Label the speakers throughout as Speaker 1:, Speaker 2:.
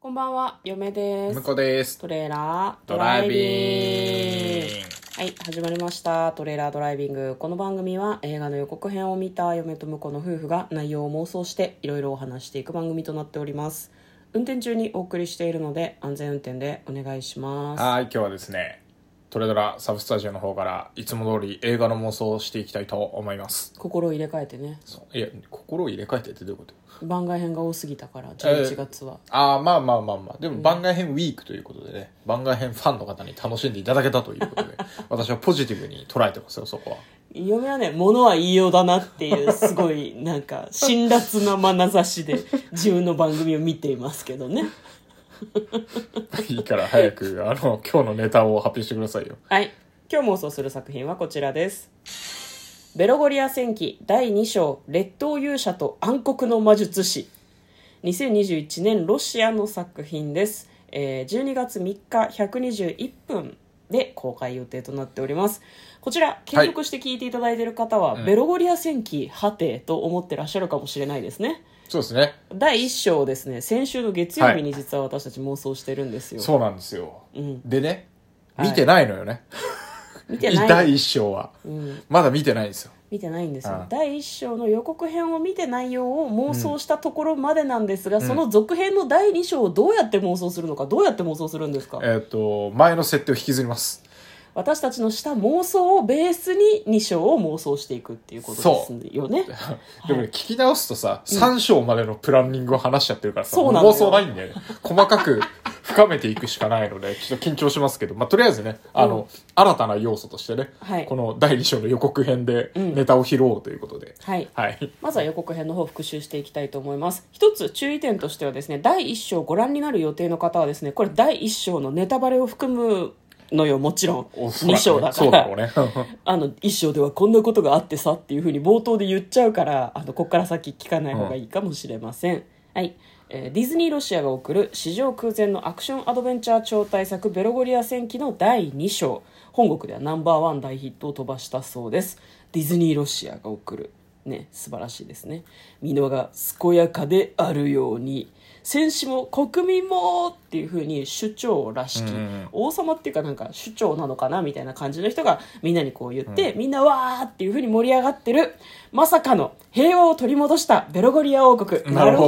Speaker 1: こんばんは、嫁です
Speaker 2: 向。こうです。
Speaker 1: トレーラード
Speaker 2: ドライ
Speaker 1: ライ
Speaker 2: ビ
Speaker 1: ビン
Speaker 2: ング
Speaker 1: グ。はい、始まりました。トレーラードライビング。この番組は映画の予告編を見た嫁と婿の夫婦が内容を妄想していろいろお話していく番組となっております。運転中にお送りしているので安全運転でお願いします。
Speaker 2: はい、今日はですね、トレドラサブスタジオの方からいつも通り映画の妄想をしていきたいと思います。
Speaker 1: 心を入れ替えてね。
Speaker 2: そういや、心を入れ替えてってどういうこと
Speaker 1: 番外編が多すぎたから、11月は。
Speaker 2: ああ、まあまあまあまあ。でも番外編ウィークということでね、番外編ファンの方に楽しんでいただけたということで、 私はポジティブに捉えてますよ、そこは。
Speaker 1: 嫁はね、物は言いようだなっていう、すごい、なんか、辛辣な眼差しで自分の番組を見ていますけどね。
Speaker 2: いいから早く、あの、今日のネタを発表してくださいよ。
Speaker 1: はい。今日妄想する作品はこちらです。ベロゴリア戦記第2章列島勇者と暗黒の魔術師2021年ロシアの作品です、えー12月3日121分で公開予定となっておりますこちら継続して聞いていただいている方は、ベロゴリア戦記はてと思ってらっしゃるかもしれないですね
Speaker 2: そうですね。
Speaker 1: 第1章をですね先週の月曜日に実は私たち妄想してるんですよ、
Speaker 2: そうなんですよ。
Speaker 1: うん
Speaker 2: でね、
Speaker 1: はい
Speaker 2: 見てないのよね。
Speaker 1: 見てない
Speaker 2: 第一章は。
Speaker 1: うん
Speaker 2: まだ見てないんですよ。
Speaker 1: 見てないんですよ、
Speaker 2: うん
Speaker 1: 第1章の予告編を見て内容を妄想したところまでなんですが、その続編の第2章をどうやって妄想するのかどうやって妄想するんですか、
Speaker 2: えっ、と、前の設定を引きずります。
Speaker 1: 私たちのした妄想をベースに2章を妄想していくっていうことですよね
Speaker 2: でもね、聞き直すとさ、3章までのプランニングを話しちゃってるからさ、
Speaker 1: そうなのよ
Speaker 2: 妄想ないんだよね。細かく深めていくしかないので、ちょっと緊張しますけど、まあ、とりあえずね、あの、新たな要素としてね、
Speaker 1: はい
Speaker 2: この第2章の予告編で
Speaker 1: ん
Speaker 2: ネタを拾おうということで。
Speaker 1: はい
Speaker 2: はい。
Speaker 1: まずは予告編の方を復習していきたいと思います。一つ注意点としてはですね、第1章をご覧になる予定の方はですね、これ第1章のネタバレを含むのよ、もちろん。
Speaker 2: おそらくね
Speaker 1: 2章だから。
Speaker 2: そうだろうね。
Speaker 1: あの一章ではこんなことがあってさっていうふうに冒頭で言っちゃうからあのここから先聞かない方がいいかもしれません、はい、えーディズニーロシアが送る史上空前のアクションアドベンチャー超大作「ベロゴリア戦記」の第2章本国ではナンバーワン大ヒットを飛ばしたそうですディズニーロシアが送るね素晴らしいですね美濃が健やかであるように戦士も国民もっていうふうに主張らしき、
Speaker 2: うん
Speaker 1: 王様っていうかなんか首長なのかなみたいな感じの人がみんなにこう言って、みんなわーっていうふうに盛り上がってるまさかの平和を取り戻したベロゴリア王国
Speaker 2: なるほ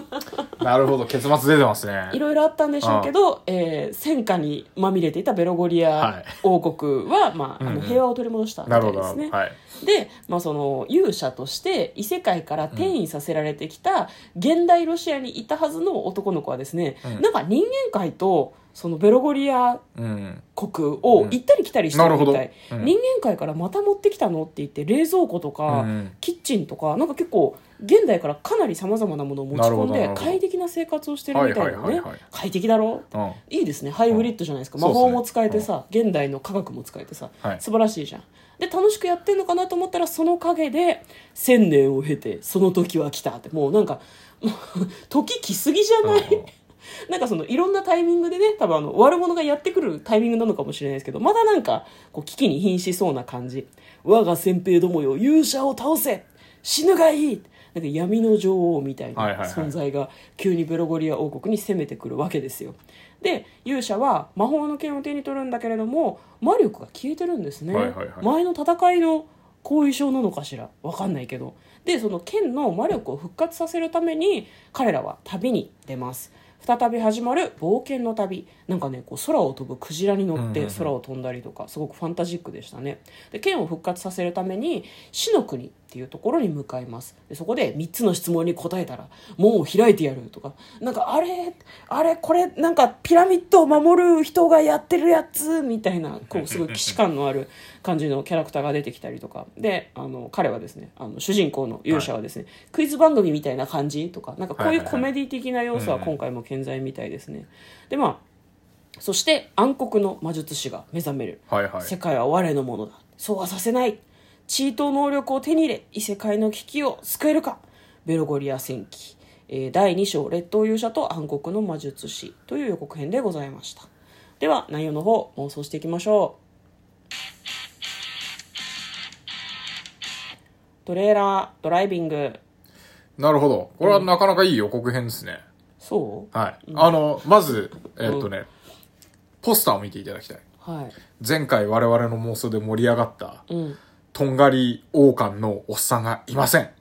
Speaker 2: ど。なるほど、結末出てますね。
Speaker 1: いろいろあったんでしょうけど、えー戦火にまみれていたベロゴリ
Speaker 2: は
Speaker 1: ア
Speaker 2: い
Speaker 1: 王国は、まあ、あ
Speaker 2: うんう
Speaker 1: の
Speaker 2: ん
Speaker 1: 平和を取り戻したみた
Speaker 2: ないるほど、
Speaker 1: で
Speaker 2: な
Speaker 1: す
Speaker 2: るほ
Speaker 1: ね
Speaker 2: ど。。はい。
Speaker 1: で、まあ、その勇者として異世界から転移させられてきた現代ロシアにいたはずの男の子はですね、
Speaker 2: うん
Speaker 1: なんか人間界とそのベロゴリア
Speaker 2: うん。
Speaker 1: 国を行ったり来たりしてるみたい、
Speaker 2: うんなるほどうん
Speaker 1: 人間界からまた持ってきたのって言って冷蔵庫とか、
Speaker 2: うん
Speaker 1: キッチンとかなんか結構現代からかなりさまざまなものを持ち
Speaker 2: なるほ
Speaker 1: 込ん
Speaker 2: どなる
Speaker 1: で
Speaker 2: ほど
Speaker 1: 快適な生活をしてるみたいなのね、
Speaker 2: はいはいはいはい
Speaker 1: 快適だろ
Speaker 2: うん。
Speaker 1: いいですねハイブリッドじゃないですか、
Speaker 2: うん
Speaker 1: 魔
Speaker 2: そう
Speaker 1: 法
Speaker 2: ですね
Speaker 1: も使えてさ、現代の科学も使えてさ、
Speaker 2: はい
Speaker 1: 素晴らしいじゃんで楽しくやってんのかなと思ったらその陰で千年を経てその時は来たってもうなんか もう時来すぎじゃない、
Speaker 2: うん
Speaker 1: なんかそのいろんなタイミングでね多分あの悪者がやってくるタイミングなのかもしれないですけどまだなんかこう危機に瀕しそうな感じ我が先兵どもよ勇者を倒せ死ぬがいいなんか闇の女王みたい
Speaker 2: はい
Speaker 1: な
Speaker 2: はいはい
Speaker 1: 存在が急にベロゴリア王国に攻めてくるわけですよで勇者は魔法の剣を手に取るんだけれども魔力が消えてるんですね、
Speaker 2: はいはいはい
Speaker 1: 前の戦いの後遺症なのかしらわかんないけどでその剣の魔力を復活させるために彼らは旅に出ます再び始まる冒険の旅なんかねこう空を飛ぶクジラに乗っ
Speaker 2: うん
Speaker 1: て
Speaker 2: うんうん
Speaker 1: 空を飛んだりとかすごくファンタジックでしたねで剣を復活させるために死の国っていうところに向かいますでそこで3つの質問に答えたら門を開いてやるとかなんかあれあれこれなんかピラミッドを守る人がやってるやつみたいなこうすごい既視感のある感じのキャラクターが出てきたりとかであの彼はですねあの主人公の勇者はですね、クイズ番組みたいな感じとかなんかこういうコメディ的な要素は今回も健在みたいですね。でまあそして暗黒の魔術師が目覚める
Speaker 2: はいはい。
Speaker 1: 世界は我のものだそうはさせないチート能力を手に入れ異世界の危機を救えるかベロゴリア戦記、えー第2章「列島勇者と暗黒の魔術師」という予告編でございましたでは内容の方妄想していきましょうトレーラードライビング
Speaker 2: なるほど。これはなかなかいい予告編ですね。
Speaker 1: そ
Speaker 2: はい。あの、まず、えっとね、ポスターを見ていただきたい。
Speaker 1: うはい
Speaker 2: 前回我々の妄想で盛り上がった、
Speaker 1: うん
Speaker 2: とんがり王冠のおっさんがいません。
Speaker 1: あれ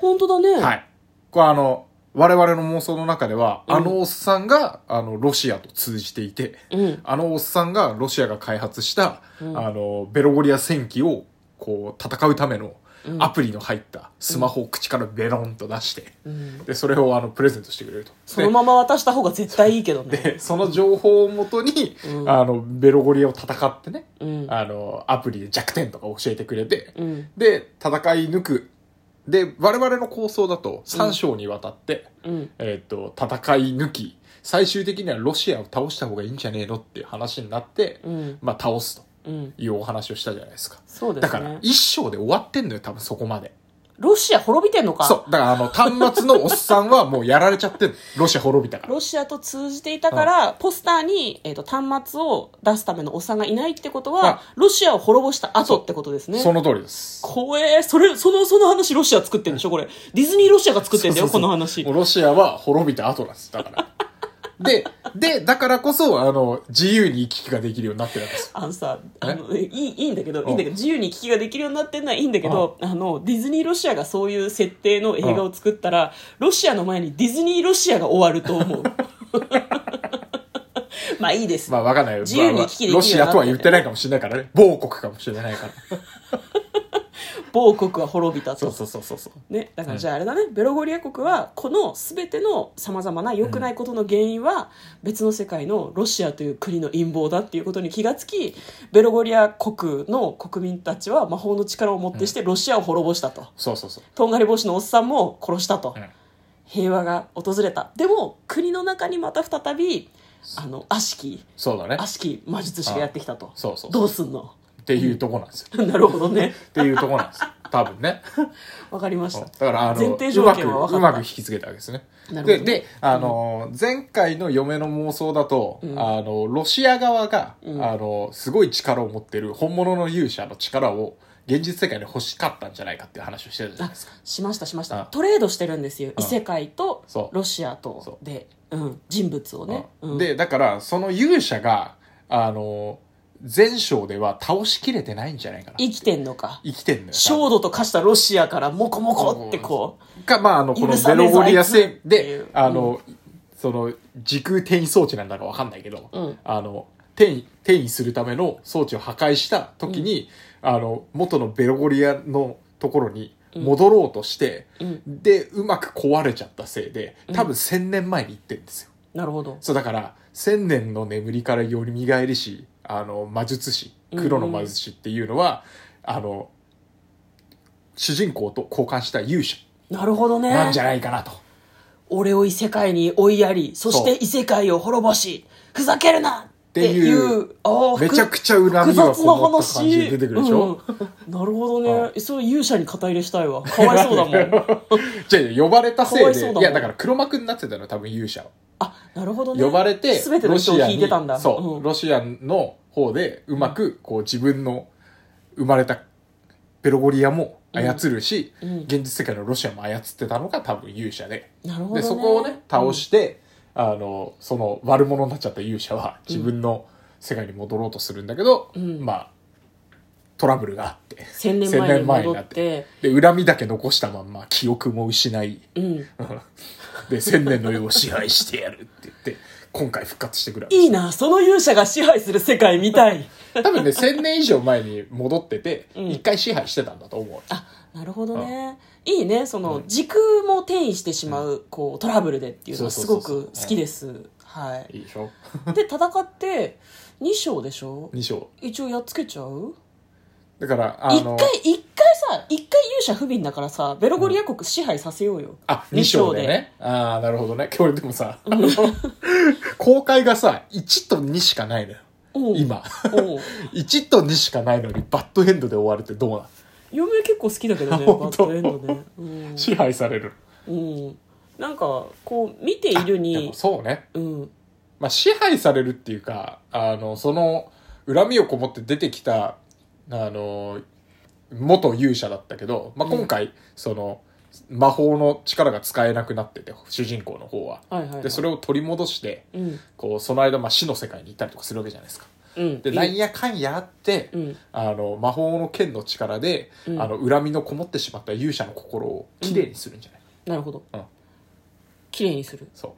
Speaker 1: 本当だね
Speaker 2: はい。これあの、我々の妄想の中では、あのおっさんが、あの、ロシアと通じていて、
Speaker 1: うん
Speaker 2: あのおっさんがロシアが開発した、
Speaker 1: うん
Speaker 2: あの、ベロゴリア戦記を、こう、戦うためのアプリの入ったスマホを口からベロンと出して、
Speaker 1: うん
Speaker 2: で、それをあの、プレゼントしてくれると。
Speaker 1: そのまま渡した方が絶対いいけどね
Speaker 2: で、そ の情報をもとに、
Speaker 1: うん
Speaker 2: あの、ベロゴリアを戦ってね、
Speaker 1: うん
Speaker 2: あの、アプリで弱点とか教えてくれて、
Speaker 1: うん
Speaker 2: で、戦い抜く。で、我々の構想だと3章にわたって、
Speaker 1: うん
Speaker 2: えっ、と、戦い抜き、最終的にはロシアを倒した方がいいんじゃねえのっていう話になって、
Speaker 1: うん
Speaker 2: まあ倒すと
Speaker 1: うん
Speaker 2: いうお話をしたじゃないですか。
Speaker 1: そうで
Speaker 2: だ
Speaker 1: す
Speaker 2: から
Speaker 1: ね
Speaker 2: 1章で終わってんのよ、多分そこまで。
Speaker 1: ロシア滅びてんのか
Speaker 2: そう。だからあの、端末のおっさんはもうやられちゃってんの。ロシア滅びたから。
Speaker 1: ロシアと通じていたから、ポスターに、えー、と端末を出すためのおっさんがいないってことは
Speaker 2: あ、
Speaker 1: ロシアを滅ぼした後ってことですね。
Speaker 2: その通りです。
Speaker 1: 怖え。それ、その、その話ロシア作ってんでしょこれ。ディズニーロシアが作ってんだよ、
Speaker 2: そうそうそう
Speaker 1: この話
Speaker 2: も。うロシアは滅びた後なんです。だから。 で、で、だからこそ、あの、自由に行き来ができるようになってるんですよ。
Speaker 1: あのさ、あのいい、いいんだけど、いいんだけど、
Speaker 2: うん
Speaker 1: 自由に聞きができるようになってんのはいいんだけど、あの、ディズニーロシアがそういう設定の映画を作ったら、ロシアの前にディズニーロシアが終わると 思う。まあいいです。
Speaker 2: まあわかんないよ。
Speaker 1: 自由に行き来できるようにな
Speaker 2: ロ
Speaker 1: って
Speaker 2: シアとは言ってないかもしれないからね。某国かもしれないから。
Speaker 1: 某国は滅びたと。
Speaker 2: そうそうそうそうそう。
Speaker 1: ね、だから
Speaker 2: うん
Speaker 1: じゃああれだね、ベロゴリア国はこの全てのさまざまな良くないことの原因は別の世界のロシアという国の陰謀だっていうことに気がつきベロゴリア国の国民たちは魔法の力をもってしてロシアを滅ぼしたと、
Speaker 2: そうそうそう。
Speaker 1: とんがり帽子のおっさんも殺したと、
Speaker 2: うん
Speaker 1: 平和が訪れたでも国の中にまた再びあの悪しき
Speaker 2: そうだね
Speaker 1: 悪。しき魔術師がやってきたと
Speaker 2: そうそうそう。
Speaker 1: どうすんの
Speaker 2: っていうとこなんですよ。
Speaker 1: なるほどね
Speaker 2: っていうとこなんですよ。多分ね。
Speaker 1: わかりました
Speaker 2: だから、あ
Speaker 1: 前
Speaker 2: の、
Speaker 1: 提
Speaker 2: う
Speaker 1: 条
Speaker 2: ま
Speaker 1: 件は分かっ
Speaker 2: く、
Speaker 1: た
Speaker 2: うまく引き継げたわけですね。
Speaker 1: なるほど
Speaker 2: で、で、あの、前回の嫁の妄想だと、
Speaker 1: うん
Speaker 2: あの、ロシア側が、
Speaker 1: うん
Speaker 2: あの、すごい力を持ってる本物の勇者の力を、現実世界で欲しかったんじゃないかっていう話をしてるじゃないですか。
Speaker 1: しましたしました
Speaker 2: あ
Speaker 1: トレードしてるんですよ
Speaker 2: あ
Speaker 1: 異世界と
Speaker 2: そう
Speaker 1: ロシアと
Speaker 2: そ
Speaker 1: で、うん、人物をね、
Speaker 2: うん
Speaker 1: うん
Speaker 2: で、だから、その勇者が、あの、前章では倒しきれてないんじゃないかな。
Speaker 1: 生きてんのか
Speaker 2: 生きてんのよ。
Speaker 1: 焦土と化したロシアからモコモコってこ
Speaker 2: か、まあ、あの、こ
Speaker 1: 許
Speaker 2: の
Speaker 1: さ
Speaker 2: ベ
Speaker 1: ねえ
Speaker 2: ロ
Speaker 1: ぞ
Speaker 2: ゴリア
Speaker 1: あいつ
Speaker 2: 戦
Speaker 1: ってい
Speaker 2: で
Speaker 1: う、
Speaker 2: あの、その、時空転移装置なんだかわかんないけど、
Speaker 1: うん
Speaker 2: あの、転移、転移するための装置を破壊した時に、あの、元のベロゴリアのところに戻ろうとして、
Speaker 1: うん
Speaker 2: で、うまく壊れちゃったせいで、多分1000年前に行ってるんですよ。
Speaker 1: うなるほど
Speaker 2: そう、だから、1000年の眠りからよみがえりし、あの、魔術師、黒の魔術師っていうのは、あの、主人公と交換した勇者。
Speaker 1: なるほどね
Speaker 2: なんじゃないかなと。
Speaker 1: 俺を異世界に追いやりそして
Speaker 2: そう
Speaker 1: 異世界を滅ぼしふざけるなっていう
Speaker 2: っていう
Speaker 1: あー
Speaker 2: めちゃく
Speaker 1: 複
Speaker 2: ちゃ恨みが
Speaker 1: 複雑な
Speaker 2: こもった
Speaker 1: 話
Speaker 2: 感じで出てくるでしょ、
Speaker 1: うんなるほどねそれ勇者に肩入れしたいわかわいそう だもん
Speaker 2: じゃあ呼ばれたせ
Speaker 1: かわ
Speaker 2: い
Speaker 1: いそうだ
Speaker 2: で、
Speaker 1: もん
Speaker 2: いやだから黒幕になってたの多分勇者は。
Speaker 1: あなるほどね
Speaker 2: 呼ばれて、
Speaker 1: 全ての人を引いてたんだ
Speaker 2: そう、ロシアの方でうまくこう自分の生まれたベロゴリアも操るし、
Speaker 1: うんうん
Speaker 2: 現実世界のロシアも操ってたのが多分勇者で。
Speaker 1: うんなるほど、ね、
Speaker 2: で、そこをね、倒して、あの、その悪者になっちゃった勇者は自分の世界に戻ろうとするんだけど、
Speaker 1: うん
Speaker 2: まあ、トラブルがあって。
Speaker 1: 1000年前に戻って
Speaker 2: で、恨みだけ残したまんま記憶も失い、
Speaker 1: うん、
Speaker 2: で、千年の世を支配してやるって言って、今回復活してくる。
Speaker 1: いいなその勇者が支配する世界みたい
Speaker 2: 多分ね、千年以上前に戻ってて、
Speaker 1: うん
Speaker 2: 一回支配してたんだと思う。
Speaker 1: あなるほどねいいねその時空も転移してしまう,、こうトラブルでっていうのはすごく好きですはい
Speaker 2: いでしょ
Speaker 1: で戦って2章でしょ
Speaker 2: ?2 章。
Speaker 1: 一応やっつけちゃう
Speaker 2: だから、あ
Speaker 1: 一
Speaker 2: の、
Speaker 1: 回一回さ一回勇者不憫だからさベロゴリア国支配させようよ、
Speaker 2: あ、
Speaker 1: 二
Speaker 2: 2
Speaker 1: 章
Speaker 2: 章
Speaker 1: で
Speaker 2: でね。ああ、なるほどね。これでもさ、あの公開がさ、1と2しかないのよ。
Speaker 1: うん
Speaker 2: 今。
Speaker 1: うん
Speaker 2: 1と2しかないのに、バッドエンドで終わるってどうなの
Speaker 1: 嫁結構好きだけどねバ
Speaker 2: 本
Speaker 1: ッ
Speaker 2: 当
Speaker 1: ドエンドね、うん
Speaker 2: 支配される。
Speaker 1: うん、なんかこう見ている
Speaker 2: で
Speaker 1: に
Speaker 2: もそうね。
Speaker 1: うん
Speaker 2: まあ、支配されるっていうか、あの、その、恨みをこもって出てきた、あの、元勇者だったけど、まあ、今回、その、魔法の力が使えなくなってて主人公の方は。
Speaker 1: はいはいはい
Speaker 2: でそれを取り戻して、
Speaker 1: うん
Speaker 2: こうその間、まあ、死の世界に行ったりとかするわけじゃないですか。
Speaker 1: うん
Speaker 2: でなんやかんやあって、
Speaker 1: うん
Speaker 2: あの魔法の剣の力で、
Speaker 1: うん
Speaker 2: あの恨みのこもってしまった勇者の心をきれいにするんじゃない、
Speaker 1: なるほど
Speaker 2: うん
Speaker 1: 綺麗にする
Speaker 2: そ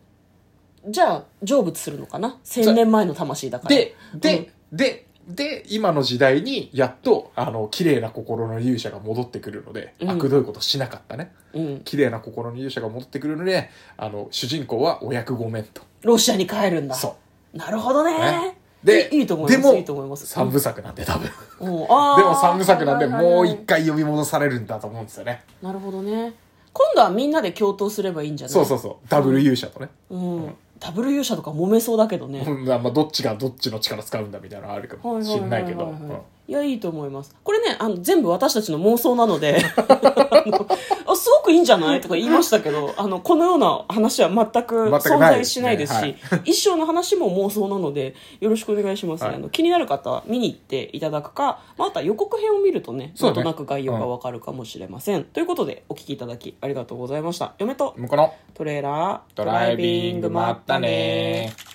Speaker 1: じゃあ成仏するのかな千年前の魂だか
Speaker 2: う
Speaker 1: ら
Speaker 2: でで、でで今の時代にやっとあの綺麗な心の勇者が戻ってくるので、
Speaker 1: うん
Speaker 2: 悪どいことしなかったね
Speaker 1: うん、
Speaker 2: 綺麗な心の勇者が戻ってくるのであの主人公はお役御免と
Speaker 1: ロシアに帰るんだ
Speaker 2: そう
Speaker 1: なるほどね
Speaker 2: ね
Speaker 1: でいいと思います
Speaker 2: でも
Speaker 1: いいと思います
Speaker 2: 三部作なんで多分で
Speaker 1: うんあー
Speaker 2: も三部作なんで
Speaker 1: はいはい
Speaker 2: もう
Speaker 1: はい
Speaker 2: 一回読み戻されるんだと思うんですよね
Speaker 1: なるほどね今度はみんなで共闘すればいいんじゃない
Speaker 2: そうそうそうダブル勇者とね、
Speaker 1: う、うん、ダブル勇者とか揉めそうだけどね、
Speaker 2: うんまあまあどっちがどっちの力使うんだみたいなのあるか
Speaker 1: は
Speaker 2: も
Speaker 1: は
Speaker 2: し
Speaker 1: はは
Speaker 2: んないけど、うん
Speaker 1: いやいいと思いますこれねあの全部私たちの妄想なの であのあすごくいいんじゃないとか言いましたけどあのこのような話は全く
Speaker 2: 全くない
Speaker 1: 存在しないですし
Speaker 2: ね
Speaker 1: 一生の話も妄想なのでよろしくお願いします、ね
Speaker 2: はい
Speaker 1: あの気になる方は見に行っていただくかまた予告編を見るとね
Speaker 2: そ
Speaker 1: な
Speaker 2: うんね
Speaker 1: となく概要がわかるかもしれません、ということでお聞きいただきありがとうございました嫁と
Speaker 2: 向こうの
Speaker 1: トレーラード
Speaker 2: ドライビングまったねー